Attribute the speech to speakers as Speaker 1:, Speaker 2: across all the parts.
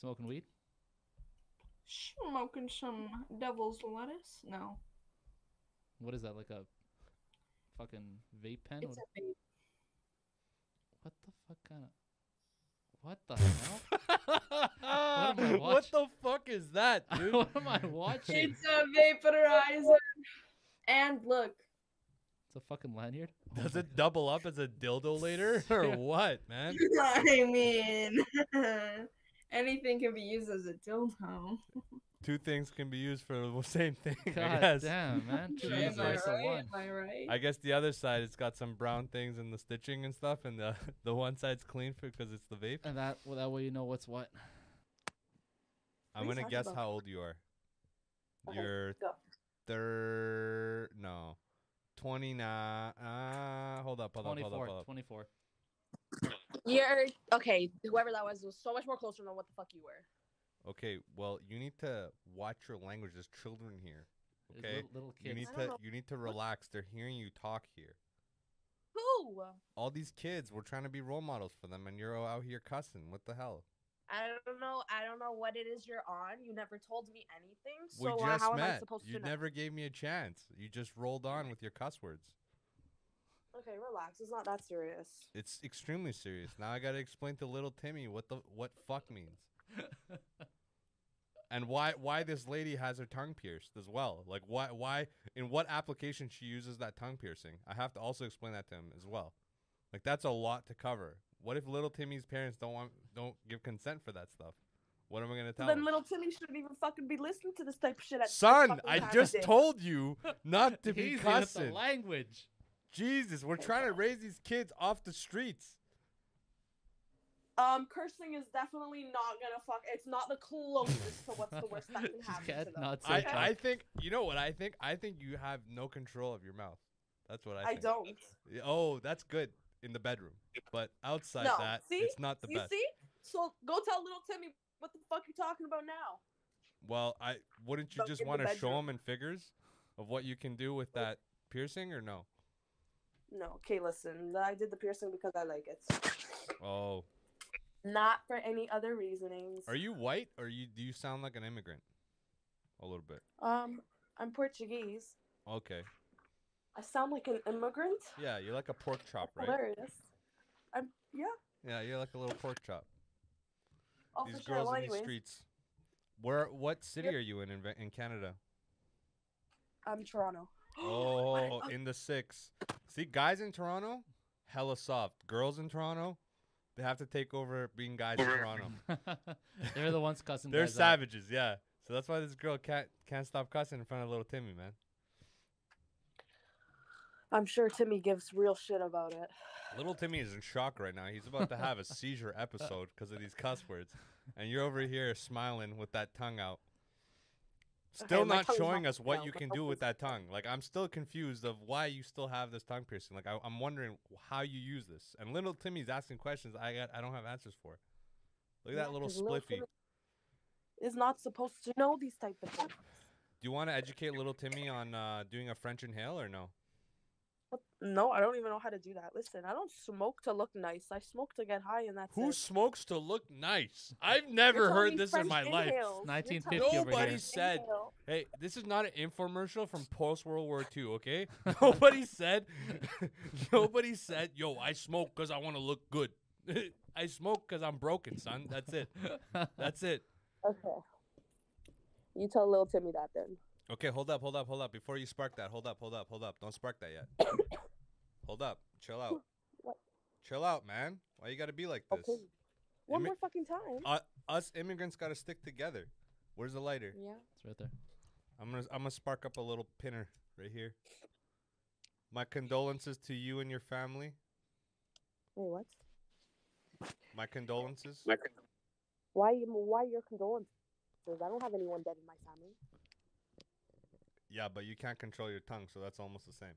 Speaker 1: smoking weed?
Speaker 2: Smoking some devil's lettuce? No.
Speaker 1: What is that? Like a fucking vape pen?
Speaker 2: It's
Speaker 1: What,
Speaker 2: a vape.
Speaker 1: what the fuck kind of? What the hell? am I
Speaker 3: what the fuck is that, dude?
Speaker 1: what am I watching?
Speaker 2: It's a vaporizer. And look,
Speaker 1: It's a fucking lanyard. Oh
Speaker 3: Does
Speaker 1: my
Speaker 3: it double up as a dildo later or what, man?
Speaker 2: I mean, anything can be used as a dildo.
Speaker 3: Two things can be used for the same thing. I
Speaker 1: God
Speaker 3: guess.
Speaker 1: damn, man. Jesus,
Speaker 2: Am I
Speaker 1: the
Speaker 2: right?
Speaker 1: one.
Speaker 2: Am I right?
Speaker 3: I guess the other side it's got some brown things in the stitching and stuff, and the the one side's clean because it's the vape.
Speaker 1: And that well, that way you know what's what.
Speaker 3: I'm
Speaker 2: are you
Speaker 3: gonna
Speaker 2: talking
Speaker 3: guess
Speaker 2: about?
Speaker 3: how old you are.
Speaker 2: Okay,
Speaker 3: You're
Speaker 2: go.
Speaker 3: third, no, twenty nine. Uh, hold up, hold up, hold up,
Speaker 1: 24,
Speaker 3: hold up.
Speaker 1: 24.
Speaker 4: You're okay. Whoever that was was so much more closer than what the fuck you were.
Speaker 3: Okay, well you need to watch your language. There's children here.
Speaker 1: There's
Speaker 3: Okay,
Speaker 1: Little, little
Speaker 3: you
Speaker 1: kids.
Speaker 3: need
Speaker 4: I don't
Speaker 3: to
Speaker 4: know.
Speaker 3: you need to relax. They're hearing you talk here.
Speaker 4: Who?
Speaker 3: All these kids, we're trying to be role models for them, and you're out here cussing. What the hell?
Speaker 4: I don't know. I don't know what it is you're on. You never told me anything.
Speaker 3: We
Speaker 4: So uh,
Speaker 3: just
Speaker 4: how
Speaker 3: met.
Speaker 4: am I supposed
Speaker 3: you
Speaker 4: to know?
Speaker 3: never gave me a chance. You just rolled on with your cuss words.
Speaker 4: Okay, relax. It's not that serious.
Speaker 3: It's extremely serious. Now I gotta explain to little Timmy what the what fuck means. and why why this lady has her tongue pierced as well. Like why why in what application she uses that tongue piercing. I have to also explain that to him as well. Like that's a lot to cover. What if little Timmy's parents don't want don't give consent for that stuff? What am I gonna tell
Speaker 4: Then
Speaker 3: him?
Speaker 4: little Timmy shouldn't even fucking be listening to this type of shit. At this
Speaker 3: Son,
Speaker 4: fucking
Speaker 3: I
Speaker 4: time of
Speaker 3: just
Speaker 4: day.
Speaker 3: told you not to be
Speaker 1: Easy with the
Speaker 3: cussing.
Speaker 1: language.
Speaker 3: Jesus, we're trying to raise these kids off the streets.
Speaker 4: Um, cursing is definitely not gonna fuck. It's not the closest to what's the worst that can
Speaker 1: Just
Speaker 4: happen to
Speaker 1: can't
Speaker 4: them.
Speaker 1: not say
Speaker 3: I, I
Speaker 1: fuck.
Speaker 3: think you know what I think. I think you have no control of your mouth. That's what I.
Speaker 4: I,
Speaker 3: Think.
Speaker 4: don't.
Speaker 3: Oh, that's good in the bedroom, but outside
Speaker 4: No,
Speaker 3: that,
Speaker 4: see?
Speaker 3: it's not the
Speaker 4: you
Speaker 3: best.
Speaker 4: see? So go tell little Timmy what the fuck you talking about now.
Speaker 3: Well, I wouldn't you
Speaker 4: Don't
Speaker 3: just
Speaker 4: in the
Speaker 3: want to show
Speaker 4: bedroom.
Speaker 3: them in figures of what you can do with that piercing or no?
Speaker 4: No, okay, listen. I did the piercing because I like it,
Speaker 3: Oh,
Speaker 4: not for any other reasonings.
Speaker 3: are you white or you do you sound like an immigrant? A little bit.
Speaker 4: Um, I'm Portuguese.
Speaker 3: Okay.
Speaker 4: I sound like an immigrant.
Speaker 3: Yeah, you're like a pork chop, right?
Speaker 4: Hilarious. I'm yeah.
Speaker 3: Yeah, you're like a little pork chop.
Speaker 4: Oh,
Speaker 3: these
Speaker 4: for sure.
Speaker 3: girls
Speaker 4: Well,
Speaker 3: in these
Speaker 4: anyways,
Speaker 3: streets. Where? What city
Speaker 4: Yep.
Speaker 3: are you in in, Ve- in Canada?
Speaker 4: I'm Toronto.
Speaker 3: Oh,
Speaker 4: uh,
Speaker 3: in the six. See, guys in Toronto, hella soft. Girls in Toronto, they have to take over being guys in Toronto.
Speaker 1: They're the ones cussing.
Speaker 3: They're
Speaker 1: guys out.
Speaker 3: savages, yeah. So that's why this girl can't can't stop cussing in front of little Timmy, man.
Speaker 4: I'm sure Timmy gives real shit about it.
Speaker 3: Little Timmy is in shock right now. He's about to have a seizure episode because of these cuss words, and you're over here smiling with that tongue out. Still
Speaker 4: Okay, my
Speaker 3: not
Speaker 4: tongue's
Speaker 3: showing
Speaker 4: not
Speaker 3: us what
Speaker 4: out.
Speaker 3: you
Speaker 4: My
Speaker 3: can do
Speaker 4: tongue
Speaker 3: with
Speaker 4: is-
Speaker 3: that tongue. Like I'm still confused of why you still have this tongue piercing. Like I, I'm wondering how you use this. And little Timmy's asking questions. I got, I don't have answers for. Look at
Speaker 4: Yeah,
Speaker 3: that little
Speaker 4: 'cause little
Speaker 3: spliffy.
Speaker 4: Timmy- Is not supposed to know these type of things.
Speaker 3: Do you want to educate little Timmy on uh, doing a French inhale or no?
Speaker 4: What? No, I don't even know how to do that. Listen, I don't smoke to look nice. I smoke to get high, and that's
Speaker 3: Who
Speaker 4: it.
Speaker 3: smokes to look nice? I've
Speaker 4: You're
Speaker 3: never
Speaker 4: telling
Speaker 3: heard
Speaker 4: me
Speaker 3: this
Speaker 4: French
Speaker 3: in my life.
Speaker 4: inhales. You're
Speaker 1: 1950
Speaker 4: telling me
Speaker 1: over
Speaker 4: French
Speaker 1: here.
Speaker 3: said-
Speaker 4: inhale.
Speaker 3: Hey, this is not an infomercial from post World War II, okay? Nobody said, nobody said, yo, I smoke because I want to look good. I smoke because I'm broken, son. That's it. That's it.
Speaker 4: Okay. You tell little Timmy that then.
Speaker 3: Okay, hold up, hold up, hold up. Before you spark that, hold up, hold up, hold up. Don't spark that yet. hold up. Chill out.
Speaker 4: What?
Speaker 3: Chill out, man. Why you got to be like this?
Speaker 4: Okay. One
Speaker 3: Immi-
Speaker 4: more fucking time.
Speaker 3: Uh, us immigrants got to stick together. Where's the lighter?
Speaker 4: Yeah.
Speaker 1: It's right there.
Speaker 3: I'm gonna I'm gonna spark up a little pinner right here. My condolences to you and your family.
Speaker 4: Wait, what?
Speaker 3: My condolences.
Speaker 4: Why? Why your condolences? I don't have anyone dead in my family.
Speaker 3: Yeah, but you can't control your tongue, so that's almost the same.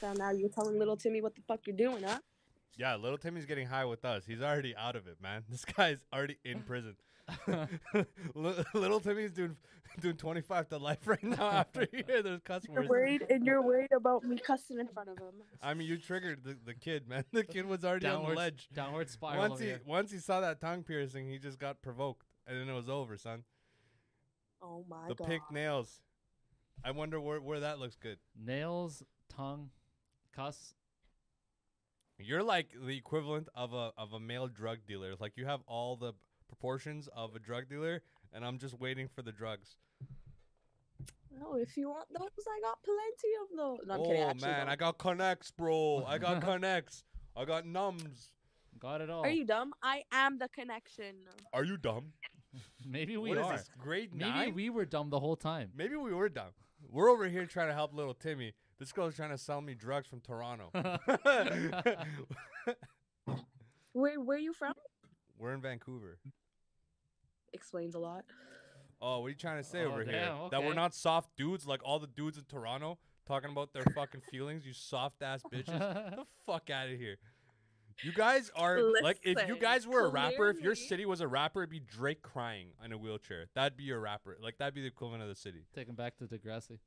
Speaker 4: So now you're telling little Timmy what the fuck you're doing, huh?
Speaker 3: Yeah, little Timmy's getting high with us. He's already out of it, man. This guy's already in prison. Li- little Timmy's doing doing 25 to life right now after you hear those cuss
Speaker 4: You're
Speaker 3: words.
Speaker 4: worried, and you're worried about me cussing in front of him.
Speaker 3: I mean, you triggered the, the kid, man. The kid was already on
Speaker 1: downward,
Speaker 3: the ledge.
Speaker 1: downward spiral.
Speaker 3: Once
Speaker 1: over
Speaker 3: he
Speaker 1: here.
Speaker 3: once he saw that tongue piercing, he just got provoked, and then it was over, son.
Speaker 4: Oh my
Speaker 3: the
Speaker 4: god.
Speaker 3: pink nails. I wonder where where that looks good.
Speaker 1: Nails, tongue, cuss.
Speaker 3: You're like the equivalent of a of a male drug dealer. Like you have all the proportions of a drug dealer, and I'm just waiting for the drugs.
Speaker 4: No, if you want those, I got plenty of those. No, I'm
Speaker 3: oh
Speaker 4: kidding. I actually
Speaker 3: man,
Speaker 4: don't.
Speaker 3: I got connects, bro. I got connects. I got numbs.
Speaker 1: Got it all.
Speaker 3: Oh.
Speaker 4: Are you dumb? I am the connection.
Speaker 3: Are you dumb?
Speaker 1: Maybe we
Speaker 3: What is
Speaker 1: are.
Speaker 3: this? Grade
Speaker 1: Maybe
Speaker 3: nine.
Speaker 1: we were dumb the whole time.
Speaker 3: Maybe we were dumb. We're over here trying to help little Timmy. This girl's trying to sell me drugs from Toronto.
Speaker 4: Where Where are you from?
Speaker 3: we're in Vancouver.
Speaker 4: Explains a lot.
Speaker 3: Oh, what are you trying to say
Speaker 1: Oh,
Speaker 3: over here?
Speaker 1: damn,
Speaker 3: That we're
Speaker 1: okay.
Speaker 3: not soft dudes like all the dudes in Toronto talking about their fucking feelings, you soft ass bitches. Get the fuck out of here. You guys are like if you
Speaker 4: Listen,
Speaker 3: guys were a rapper, if your
Speaker 4: clearly-
Speaker 3: city was a rapper, it'd be Drake crying in a wheelchair. That'd be your rapper. Like that'd be the equivalent of the city.
Speaker 1: Taken back to Degrassi.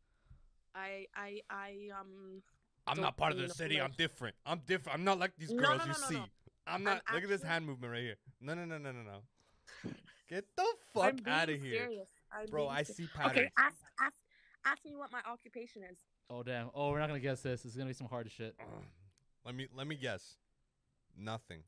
Speaker 4: I I I um.
Speaker 3: I'm
Speaker 4: Don't
Speaker 3: not part of
Speaker 4: be
Speaker 3: the
Speaker 4: no
Speaker 3: city. I'm
Speaker 4: place.
Speaker 3: different. I'm different. I'm not like these
Speaker 4: No,
Speaker 3: girls
Speaker 4: no,
Speaker 3: you
Speaker 4: no, no,
Speaker 3: see.
Speaker 4: no.
Speaker 3: I'm
Speaker 4: I'm
Speaker 3: not. look at this
Speaker 4: actually-
Speaker 3: hand movement right here. No, no, no, no, no, no. Get the fuck
Speaker 4: I'm being
Speaker 3: out of here,
Speaker 4: serious. I'm
Speaker 3: bro.
Speaker 4: being
Speaker 3: I
Speaker 4: ser-
Speaker 3: see patterns.
Speaker 4: Okay, ask ask ask me what my occupation is.
Speaker 1: Oh damn. Oh, we're not gonna guess this. It's gonna be some hard shit. Uh,
Speaker 3: Ugh. Let me let me guess. Nothing.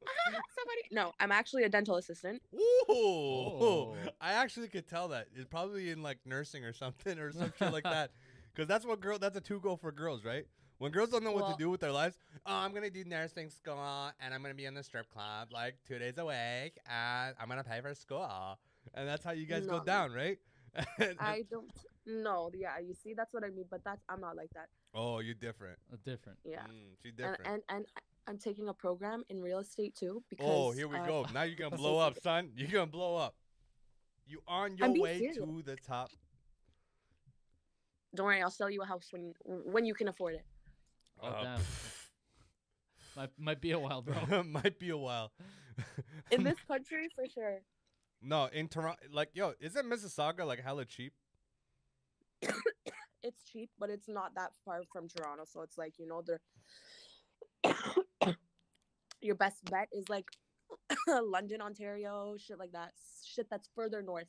Speaker 4: Somebody. No, I'm actually a dental assistant.
Speaker 3: Ooh,
Speaker 1: Oh.
Speaker 3: I actually could tell that. It's probably in like nursing or something or some shit like that. Because that's what girl. That's a two goal for girls, right? When girls don't know what
Speaker 4: Well-
Speaker 3: to do with their lives, oh, I'm gonna do nursing school and I'm gonna be in the strip club like two days a week and I'm gonna pay for school. And that's how you guys go
Speaker 4: No.
Speaker 3: down, right? And-
Speaker 4: I don't. No, yeah, you see, that's what I mean. But that's I'm not like that.
Speaker 3: oh, you're different.
Speaker 1: Uh, different.
Speaker 4: Yeah.
Speaker 3: Mm, she's
Speaker 4: And,
Speaker 3: different.
Speaker 4: and and I'm taking a program in real estate too because.
Speaker 3: Oh, here we
Speaker 4: uh,
Speaker 3: go. Now you're gonna blow up, son. You're gonna blow up. You on your
Speaker 4: being
Speaker 3: way
Speaker 4: serious.
Speaker 3: to the top.
Speaker 4: Don't worry, I'll sell you a house when when you can afford it.
Speaker 1: Oh,
Speaker 3: Uh,
Speaker 1: damn. Might might be a while, bro.
Speaker 3: Might be a while.
Speaker 4: In this country, for sure.
Speaker 3: no, in Toronto, like yo, isn't Mississauga like hella cheap?
Speaker 4: It's cheap, but it's not that far from Toronto, so it's like you know they're. Your best bet is like London, Ontario, shit like that. Shit that's further north.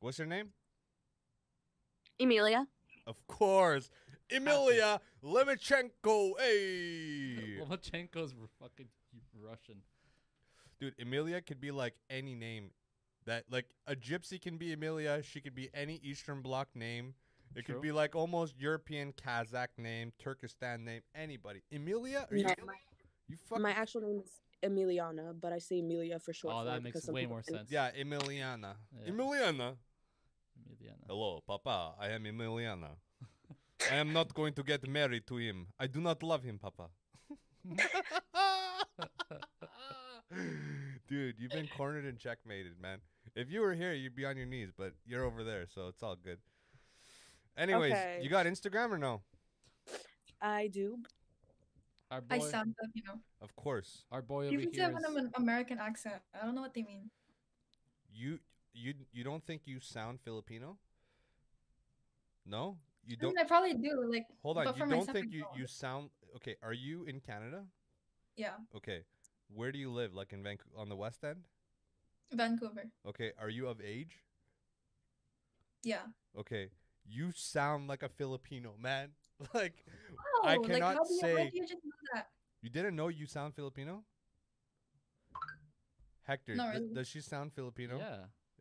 Speaker 3: What's your name?
Speaker 4: Emilia.
Speaker 3: Of course, Emilia Lemachenko. Hey,
Speaker 1: Lomachenko's r- fucking Russian.
Speaker 3: dude, Emilia could be like any name. That like a gypsy can be Emilia. She could be any Eastern Bloc name. It
Speaker 1: True.
Speaker 3: could be like almost European Kazakh name, Turkestan name, anybody. Emilia? Are you
Speaker 4: No,
Speaker 3: kidding
Speaker 4: my,
Speaker 3: You fucking
Speaker 4: my actual name is Emiliana, but I say Emilia for short.
Speaker 1: Oh,
Speaker 4: for
Speaker 1: that
Speaker 4: it
Speaker 1: makes
Speaker 4: because some
Speaker 1: way
Speaker 4: people
Speaker 1: more
Speaker 4: think-
Speaker 1: sense.
Speaker 3: yeah, Emiliana.
Speaker 1: Yeah.
Speaker 3: Emiliana.
Speaker 1: Emiliana.
Speaker 3: Hello, Papa. I am Emiliana. I am not going to get married to him. I do not love him, Papa. Dude, you've been cornered and checkmated, man. If you were here, you'd be on your knees, but you're over there, so it's all good. Anyways,
Speaker 4: Okay.
Speaker 3: you got Instagram or no?
Speaker 4: I do.
Speaker 1: Our
Speaker 2: I
Speaker 1: boy,
Speaker 2: sound love you.
Speaker 3: Of course.
Speaker 1: our boy over
Speaker 2: You
Speaker 1: here
Speaker 2: can have
Speaker 1: is.
Speaker 2: an American accent. I don't know what they mean.
Speaker 3: You you you don't think you sound Filipino? No? You
Speaker 2: I
Speaker 3: don't
Speaker 2: mean, I probably do. Like,
Speaker 3: Hold on,
Speaker 2: but for
Speaker 3: you don't
Speaker 2: myself, I
Speaker 3: think you,
Speaker 2: don't.
Speaker 3: you sound okay? Are you in Canada?
Speaker 2: yeah,
Speaker 3: Okay, where do you live? Like in Vancouver on the West End?
Speaker 2: Vancouver.
Speaker 3: Okay, are you of age?
Speaker 2: Yeah.
Speaker 3: Okay, you sound like a Filipino man. Like
Speaker 2: Oh,
Speaker 3: I
Speaker 2: like how
Speaker 3: cannot
Speaker 2: do you, how
Speaker 3: say-
Speaker 2: do you just know that?
Speaker 3: you didn't know you sound Filipino. Hector,
Speaker 2: Not
Speaker 3: th-
Speaker 2: really.
Speaker 3: does she sound Filipino?
Speaker 1: Yeah.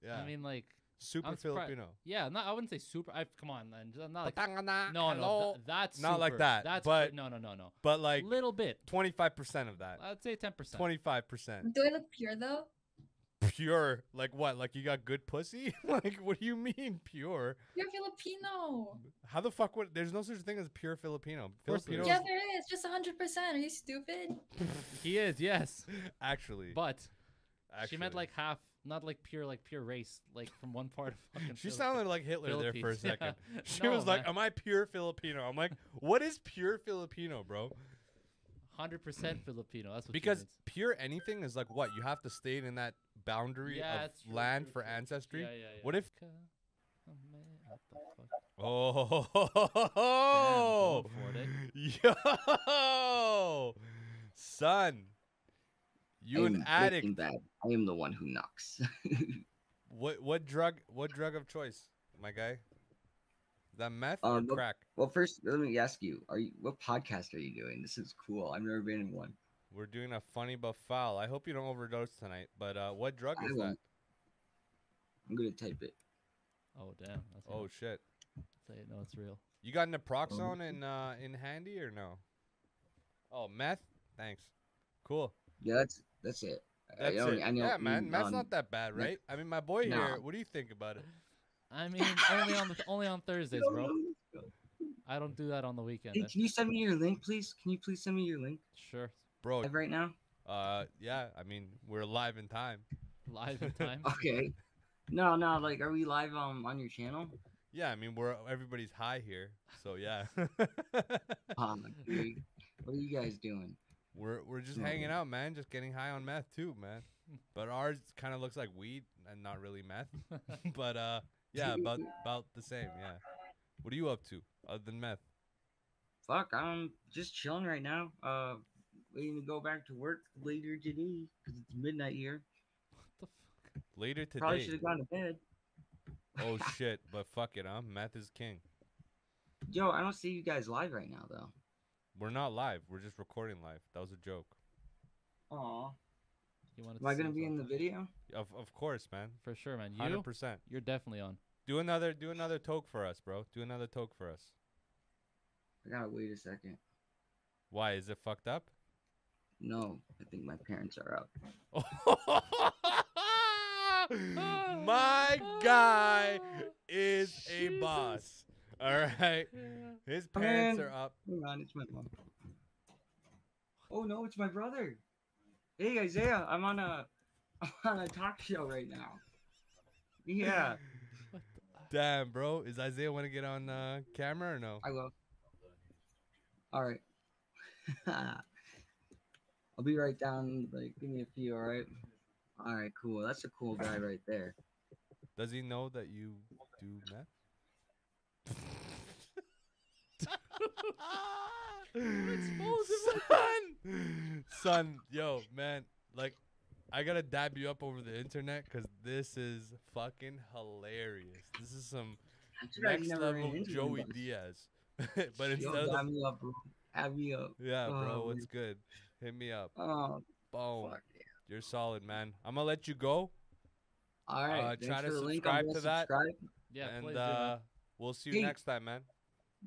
Speaker 3: yeah.
Speaker 1: I mean, like,
Speaker 3: super
Speaker 1: I'm surprised-
Speaker 3: Filipino.
Speaker 1: yeah. Not. I wouldn't say super. I come on, man. I'm not like.
Speaker 3: Patangana,
Speaker 1: No, no.
Speaker 3: hello.
Speaker 1: Th- that's
Speaker 3: Not like
Speaker 1: super.
Speaker 3: that,
Speaker 1: That's
Speaker 3: but-
Speaker 1: cr- no, no, no, no.
Speaker 3: but like
Speaker 1: Little bit.
Speaker 3: twenty five percent of that.
Speaker 1: I'd say ten percent.
Speaker 3: Twenty five percent
Speaker 2: Do I look pure though?
Speaker 3: pure. Like what? Like you got good pussy? like what do you mean pure?
Speaker 2: You're Filipino.
Speaker 3: How the fuck would there's no such thing as pure Filipino.
Speaker 1: course there
Speaker 3: Filipinos
Speaker 2: Yeah, there is. Just 100%. Are you stupid?
Speaker 1: He is, yes.
Speaker 3: actually,
Speaker 1: But
Speaker 3: actually.
Speaker 1: she meant like half. not like pure like pure race like from one part of fucking
Speaker 3: She
Speaker 1: Philippi-
Speaker 3: sounded like Hitler there for
Speaker 1: Philippines.
Speaker 3: a
Speaker 1: Yeah.
Speaker 3: second. She
Speaker 1: No,
Speaker 3: was like, um,
Speaker 1: man.
Speaker 3: "Am I pure Filipino?" I'm like, "What is pure Filipino, bro?"
Speaker 1: 100% Filipino. That's what she
Speaker 3: Because
Speaker 1: means.
Speaker 3: pure anything is like what you have to stay in that boundary
Speaker 1: Yeah,
Speaker 3: of
Speaker 1: it's true,
Speaker 3: land
Speaker 1: true,
Speaker 3: for
Speaker 1: true.
Speaker 3: ancestry.
Speaker 1: Yeah, yeah, yeah.
Speaker 3: What if-
Speaker 1: Ka- oh, man, what the fuck?
Speaker 3: Oh,
Speaker 1: going
Speaker 3: yo, son, you
Speaker 5: I am
Speaker 3: an addict?
Speaker 5: Breaking Bad. I am the one who knocks.
Speaker 3: What what drug? What drug of choice, my guy? Is that meth or
Speaker 5: Um, the-
Speaker 3: crack?
Speaker 5: well, first, let me ask you: Are you what podcast are you doing? This is cool. I've never been in one.
Speaker 3: We're doing a funny but foul. I hope you don't overdose tonight. But uh, what drug
Speaker 5: I
Speaker 3: is that?
Speaker 5: won't. I'm gonna type it.
Speaker 1: Oh damn. That's
Speaker 3: Oh shit!
Speaker 1: say it. No, it's real.
Speaker 3: You got
Speaker 5: Um,
Speaker 3: naproxone in uh, in handy or no? Oh, meth. Thanks. Cool.
Speaker 5: Yeah, that's that's it. I- I
Speaker 3: That's
Speaker 5: don't-
Speaker 3: it.
Speaker 5: I know
Speaker 3: yeah,
Speaker 5: you
Speaker 3: man. Meth's
Speaker 5: on-
Speaker 3: not that bad,
Speaker 5: meth-
Speaker 3: right? I mean, my boy
Speaker 5: Nah.
Speaker 3: here. What do you think about it?
Speaker 1: I mean, only on the, only on Thursdays, bro. I don't do that on the weekend.
Speaker 5: Hey,
Speaker 1: That's-
Speaker 5: can you send me your link, please? Can you please send me your link
Speaker 1: Sure,
Speaker 3: Bro,
Speaker 5: live right now?
Speaker 3: Uh, yeah. I mean, we're live in time.
Speaker 1: live in time.
Speaker 5: Okay. No, no, like, are we live um on your channel?
Speaker 3: Yeah, I mean, we're everybody's high here, so yeah.
Speaker 5: Um, dude, what are you guys doing?
Speaker 3: we're we're just hanging out, man. Just getting high on meth too, man. But ours kind of looks like weed and not really meth. but uh, yeah, about about the same. Yeah. What are you up to other than meth?
Speaker 5: Fuck, I'm just chilling right now. Uh, waiting to go back to work later today because it's midnight here.
Speaker 1: What the fuck?
Speaker 3: Later today.
Speaker 5: Probably should have gone to bed.
Speaker 3: oh shit! But fuck it, huh? Meth is king.
Speaker 5: Yo, I don't see you guys live right now though.
Speaker 3: We're not live. We're just recording live. That was a joke.
Speaker 5: Aw,
Speaker 1: You wanted
Speaker 5: am I
Speaker 1: say
Speaker 5: gonna be in the
Speaker 1: something.
Speaker 5: video?
Speaker 3: Of of course, man.
Speaker 1: For sure, man. You,
Speaker 3: Hundred percent.
Speaker 1: you're definitely on.
Speaker 3: Do another do another toke for us, bro. Do another toke for us.
Speaker 5: I gotta wait a second.
Speaker 3: Why is it fucked up?
Speaker 5: No, I think my parents are up.
Speaker 3: My guy is a boss. All right. His parents are
Speaker 5: Man.
Speaker 3: up.
Speaker 5: Hang on, it's my mom. Oh no, it's my brother. Hey Isaiah, I'm on a I'm on a talk show right now. Yeah,
Speaker 1: What the?
Speaker 3: Damn, bro. Is Isaiah want to get on uh, camera or no?
Speaker 5: I will. All right. I'll be right down. Like, give me a few. All right. All right. Cool. That's a cool guy right there.
Speaker 3: Does he know that you do meth? son, son, yo, man, like, I gotta dab you up over the internet because this is fucking hilarious. This is some
Speaker 5: I'm surprised
Speaker 3: next
Speaker 5: you never
Speaker 3: level
Speaker 5: ran into him,
Speaker 3: Joey
Speaker 5: but-
Speaker 3: Diaz, but instead
Speaker 5: Yo,
Speaker 3: of
Speaker 5: dab
Speaker 3: the,
Speaker 5: me up, bro. Dab me up.
Speaker 3: yeah, bro,
Speaker 5: Oh,
Speaker 3: what's good? Hit me up.
Speaker 5: Oh,
Speaker 3: Boom,
Speaker 5: fuck.
Speaker 3: you're solid, man. I'm gonna let you go,
Speaker 5: All right.
Speaker 3: Uh,
Speaker 5: thanks
Speaker 3: try to
Speaker 5: for the link. I'm
Speaker 3: subscribe
Speaker 5: gonna
Speaker 3: to that.
Speaker 5: subscribe.
Speaker 1: Yeah,
Speaker 3: and
Speaker 1: please do, man.
Speaker 3: uh, we'll see you
Speaker 5: Hey.
Speaker 3: next time, man.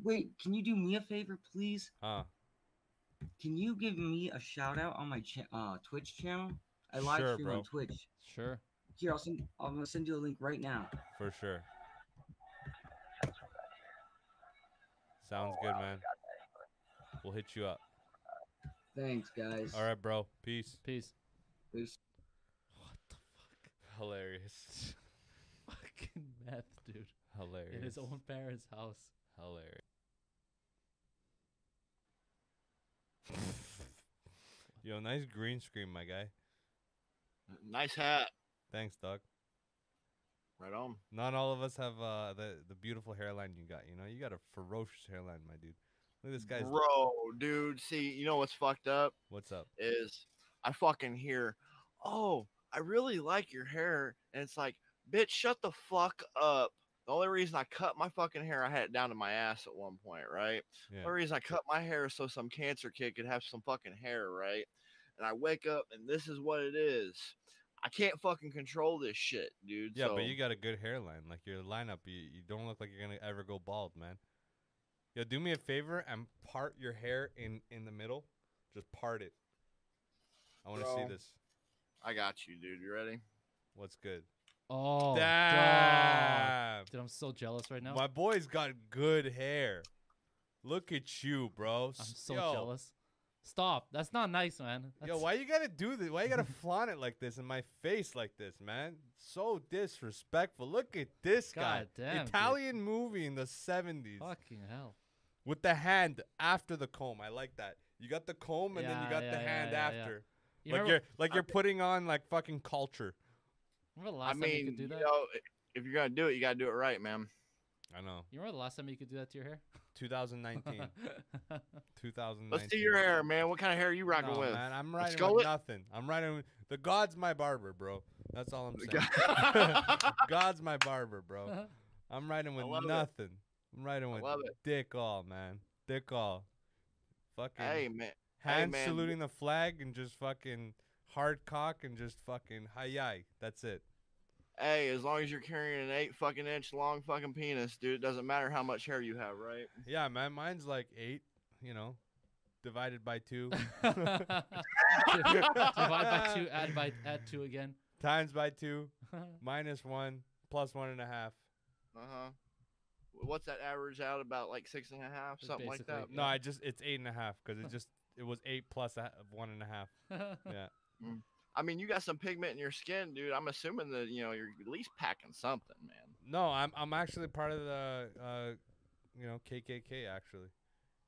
Speaker 5: Wait, can you do me a favor, please?
Speaker 3: Huh?
Speaker 5: Can you give me a shout out on my cha- uh, Twitch channel? I live
Speaker 3: Sure,
Speaker 5: stream
Speaker 3: bro.
Speaker 5: on Twitch.
Speaker 1: Sure.
Speaker 5: Here, I'll send. I'm gonna send you a link right now.
Speaker 3: For sure. Sounds good, man. We'll hit you up.
Speaker 5: Thanks, guys.
Speaker 3: All right, bro. Peace.
Speaker 1: Peace.
Speaker 5: Peace.
Speaker 1: What the fuck?
Speaker 3: Hilarious.
Speaker 1: Fucking meth, dude.
Speaker 3: Hilarious.
Speaker 1: In his own parents' house.
Speaker 3: Hilarious. Yo, nice green screen, my guy.
Speaker 6: Nice hat.
Speaker 3: Thanks, dog.
Speaker 6: Right on.
Speaker 3: Not all of us have uh, the the beautiful hairline you got. You know, you got a ferocious hairline, my dude. Look at this guy's.
Speaker 6: Bro, dude, see, you know what's fucked up
Speaker 3: What's up?
Speaker 6: is I fucking hear, oh, I really like your hair. And it's like, bitch, shut the fuck up. The only reason I cut my fucking hair, I had it down to my ass at one point, right?
Speaker 3: Yeah.
Speaker 6: The only reason I cut my hair is so some cancer kid could have some fucking hair, right? And I wake up and this is what it is. I can't fucking control this shit, dude.
Speaker 3: Yeah,
Speaker 6: so,
Speaker 3: but you got a good hairline. Like your lineup, you, you don't look like you're gonna ever go bald, man. Yo, do me a favor and part your hair in in the middle. Just part it. I want to see
Speaker 6: Bro.
Speaker 3: this.
Speaker 6: I got you, dude. You ready?
Speaker 3: What's good?
Speaker 1: Oh, dog.
Speaker 3: Damn,
Speaker 1: dude, I'm so jealous right now.
Speaker 3: my boy's got good hair. Look at you, bro.
Speaker 1: I'm so
Speaker 3: Yo,
Speaker 1: jealous. Stop. That's not nice, man.
Speaker 3: Yo,
Speaker 1: That's-
Speaker 3: why you gotta do this? Why you gotta flaunt it like this in my face like this, man? So disrespectful. Look at this guy.
Speaker 1: God damn, dude.
Speaker 3: Italian movie in the 70s
Speaker 1: Fucking hell.
Speaker 3: with the hand after the comb. I like that. You got the comb and then
Speaker 1: Yeah,
Speaker 3: you got
Speaker 1: yeah,
Speaker 3: the
Speaker 1: yeah,
Speaker 3: hand
Speaker 1: yeah, yeah.
Speaker 3: after.
Speaker 1: You
Speaker 3: like
Speaker 1: remember,
Speaker 3: you're like you're putting on like fucking culture.
Speaker 1: remember the
Speaker 6: I
Speaker 1: last time you
Speaker 6: mean,
Speaker 1: could
Speaker 6: you
Speaker 1: do that?
Speaker 6: know, if you're gonna do it, you gotta do it right, man.
Speaker 3: I know.
Speaker 1: you remember the last time you could do that to your hair?
Speaker 3: 2019. 2019.
Speaker 6: Let's do your hair, man. What kind of hair are you rocking
Speaker 1: No,
Speaker 6: with?
Speaker 3: Oh, Man, I'm
Speaker 6: Let's
Speaker 3: riding
Speaker 6: go
Speaker 3: with
Speaker 6: with-
Speaker 3: nothing. I'm riding with the God's my barber, bro. That's all I'm
Speaker 6: The
Speaker 3: saying.
Speaker 6: God-
Speaker 3: God's my barber, bro. I'm riding with
Speaker 6: love it.
Speaker 3: nothing. I'm riding with
Speaker 6: love it.
Speaker 3: dick all, man. Dick all. Fucking
Speaker 6: Hey, man.
Speaker 3: hand
Speaker 6: man.
Speaker 3: saluting the flag and just fucking hard cock and just fucking hi That's it.
Speaker 6: Hey, as long as you're carrying an eight fucking inch long fucking penis, dude, it doesn't matter how much hair you have, right?
Speaker 3: Yeah, man. Mine's like eight, you know, divided by two,
Speaker 1: Divide by two, add by add two again.
Speaker 3: times by two, minus one, plus one and a half.
Speaker 6: Uh huh. What's that average out about like six and a half,
Speaker 1: It's
Speaker 6: something like that?
Speaker 1: basically-
Speaker 3: No,
Speaker 1: Yeah.
Speaker 3: I just it's eight and a half because it just it was eight plus a, one and a half. Yeah.
Speaker 6: I mean, you got some pigment in your skin, dude. I'm assuming that you know you're at least packing something, man.
Speaker 3: No, I'm I'm actually part of the uh, you know KKK actually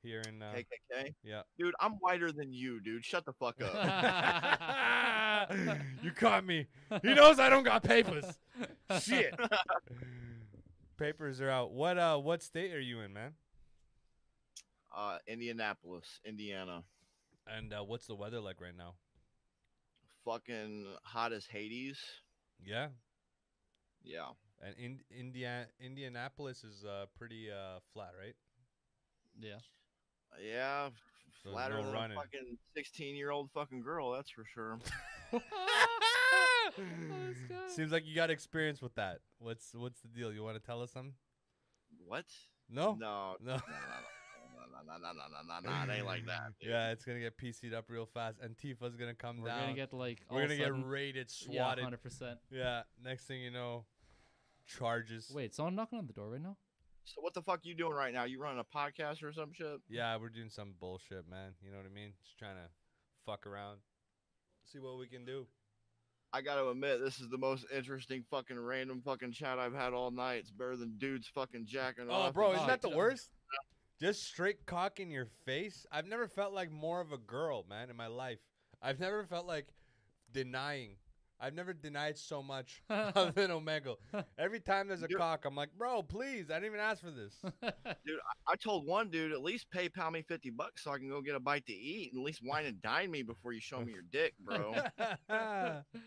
Speaker 3: here in uh,
Speaker 6: KKK.
Speaker 3: yeah.
Speaker 6: Dude, I'm whiter than you, dude. Shut the fuck up.
Speaker 3: you caught me. He knows I don't got papers. Shit. papers are out. What uh what state are you in, man?
Speaker 6: uh, Indianapolis, Indiana.
Speaker 3: And uh, what's the weather like right now?
Speaker 6: Fucking hot as Hades.
Speaker 3: Yeah.
Speaker 6: Yeah.
Speaker 3: And in India Indianapolis is uh pretty uh flat, right?
Speaker 1: Yeah.
Speaker 6: Yeah. f-
Speaker 3: There's
Speaker 6: Flatter
Speaker 3: no
Speaker 6: than
Speaker 3: running.
Speaker 6: a fucking 16 year old fucking girl, that's for sure.
Speaker 1: Oh, this guy.
Speaker 3: Seems like you got experience with that. What's what's the deal? You want to tell us something?
Speaker 6: What?
Speaker 3: No.
Speaker 6: No.
Speaker 3: No.
Speaker 6: No, no, no, no, no, no, no, no, no, it ain't like that. dude.
Speaker 3: Yeah, it's gonna get PC'd up real fast. Antifa's gonna come
Speaker 1: We're
Speaker 3: down.
Speaker 1: gonna get like all
Speaker 3: We're
Speaker 1: of a
Speaker 3: gonna get
Speaker 1: sudden-
Speaker 3: raided,
Speaker 1: yeah,
Speaker 3: swatted. Yeah,
Speaker 1: hundred percent.
Speaker 3: Next thing you know, charges.
Speaker 1: Wait, someone knocking on the door right now?
Speaker 6: So what the fuck you doing right now? You running a podcast or some shit?
Speaker 3: Yeah, we're doing some bullshit, man. You know what I mean? Just trying to fuck around, see what we can do.
Speaker 6: I gotta admit, this is the most interesting fucking random fucking chat I've had all night. It's better than dudes fucking jacking off.
Speaker 3: Oh,
Speaker 6: and
Speaker 3: bro,
Speaker 1: is
Speaker 3: isn't
Speaker 1: fuck.
Speaker 3: that the
Speaker 1: Yeah.
Speaker 3: worst? Just straight cock in your face. I've never felt like more of a girl, man, in my life. I've never felt like denying. I've never denied so much other than Omega. Every time there's a
Speaker 6: You're-
Speaker 3: cock, I'm like, bro, please. I didn't even ask for this.
Speaker 6: I told one dude, at least PayPal me 50 bucks so I can go get a bite to eat and at least wine and dine me before you show me your dick, bro.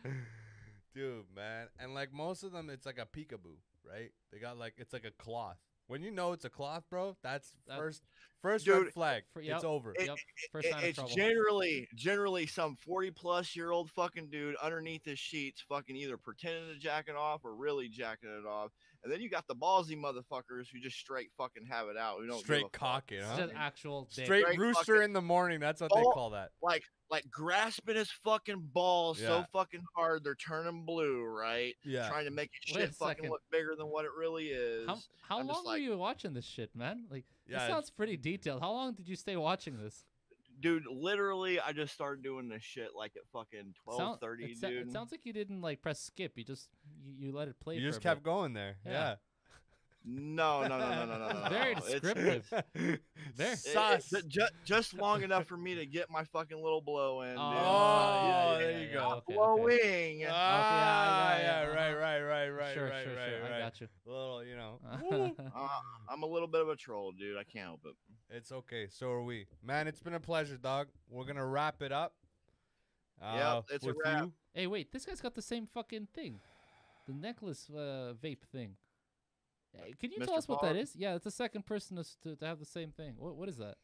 Speaker 3: Dude, man. And like most of them, it's like a peekaboo, right? They got like, it's like a cloth. When you know it's a cloth, bro, that's
Speaker 1: That-
Speaker 3: first first
Speaker 6: Dude,
Speaker 3: red flag.
Speaker 1: for- yep.
Speaker 3: It's over.
Speaker 6: It-
Speaker 1: yep. First
Speaker 6: It-
Speaker 1: sign of
Speaker 6: it's
Speaker 1: trouble.
Speaker 6: generally generally some 40 plus year old fucking dude underneath his sheets fucking either pretending to jack it off or really jacking it off and then you got the ballsy motherfuckers who just straight fucking have it out who don't give
Speaker 3: Straight
Speaker 6: a fuck.
Speaker 3: cock it,
Speaker 1: it's
Speaker 3: huh?
Speaker 1: just actual dick.
Speaker 3: Straight
Speaker 6: Straight
Speaker 3: rooster
Speaker 6: fucking-
Speaker 3: in the morning. That's what they
Speaker 6: Oh,
Speaker 3: call that.
Speaker 6: like like grasping his fucking balls so
Speaker 3: Yeah.
Speaker 6: fucking hard they're turning blue right
Speaker 3: Yeah.
Speaker 6: trying to make his
Speaker 1: Wait a
Speaker 6: shit fucking
Speaker 1: second.
Speaker 6: look bigger than what it really is
Speaker 1: How, how
Speaker 6: I'm just
Speaker 1: long were
Speaker 6: like-
Speaker 1: you watching this shit, man? Like,
Speaker 3: Yeah.
Speaker 1: this
Speaker 3: it's-
Speaker 1: sounds pretty detailed. How long did you stay watching this?
Speaker 6: dude literally i just started doing this shit like at fucking
Speaker 3: Oh,
Speaker 1: Sound-
Speaker 6: 1230
Speaker 1: it, sa-
Speaker 6: dude
Speaker 1: it sounds like you didn't like press skip. You just you, you let it play.
Speaker 3: you
Speaker 1: for
Speaker 3: just
Speaker 1: a
Speaker 3: kept
Speaker 1: bit.
Speaker 3: going there.
Speaker 1: Yeah.
Speaker 3: Yeah.
Speaker 6: no Oh, no no no no no, no no
Speaker 1: Very
Speaker 6: no. It's-
Speaker 1: descriptive. There.
Speaker 3: There.
Speaker 1: It-
Speaker 3: Sus.
Speaker 6: just, just long enough for me to get my fucking little blow in. Dude.
Speaker 3: Oh, there you go.
Speaker 1: Okay,
Speaker 6: Blowing.
Speaker 1: okay. yeah,
Speaker 3: Ah, yeah,
Speaker 1: Oh, yeah,
Speaker 3: right,
Speaker 1: uh-huh.
Speaker 3: right, right, right,
Speaker 1: sure,
Speaker 3: right,
Speaker 1: sure,
Speaker 3: right,
Speaker 1: sure.
Speaker 3: right.
Speaker 1: I got you.
Speaker 3: Little, you know. whoop.
Speaker 6: Uh, I'm a little bit of a troll, dude. I can't help it.
Speaker 3: It's okay. So are we, man. It's been a pleasure, dog. We're gonna wrap it up. Uh,
Speaker 6: it's a
Speaker 3: with
Speaker 6: wrap.
Speaker 3: you.
Speaker 1: hey, wait, this guy's got the same fucking thing, the necklace uh, vape thing. Uh, Can you tell
Speaker 6: Mr.
Speaker 1: us what that
Speaker 6: Fogg?
Speaker 1: is? Yeah, it's the second person to, s- to, to have the same thing. What what is that?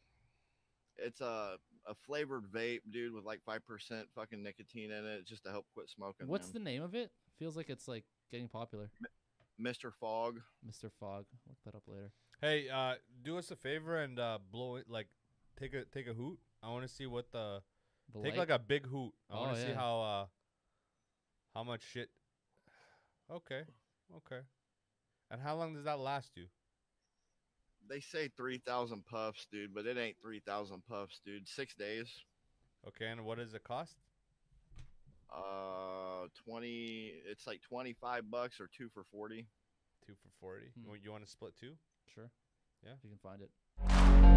Speaker 6: It's a a flavored vape, dude, with like five percent fucking nicotine in it, just to help quit smoking.
Speaker 1: What's the name of it? Feels like it's like getting popular.
Speaker 6: the Mr. Fog?
Speaker 1: Mr. Fogg, look that up later.
Speaker 3: Hey, uh, do us a favor and uh, blow it. Like, take a take a hoot. I want to see what the
Speaker 1: The
Speaker 3: Take like a big hoot. I want
Speaker 1: Oh,
Speaker 3: to see
Speaker 1: yeah.
Speaker 3: how uh how much shit. Okay, okay. And how long does that last you?
Speaker 6: They say three thousand puffs, dude, but it ain't three thousand puffs, dude. Six days.
Speaker 3: Okay, and what does it cost?
Speaker 6: Uh, twenty. It's like twenty five bucks or two for forty.
Speaker 3: Two for forty.
Speaker 1: Hmm.
Speaker 3: You want to split two?
Speaker 1: Sure.
Speaker 3: Yeah.
Speaker 1: If you can find it.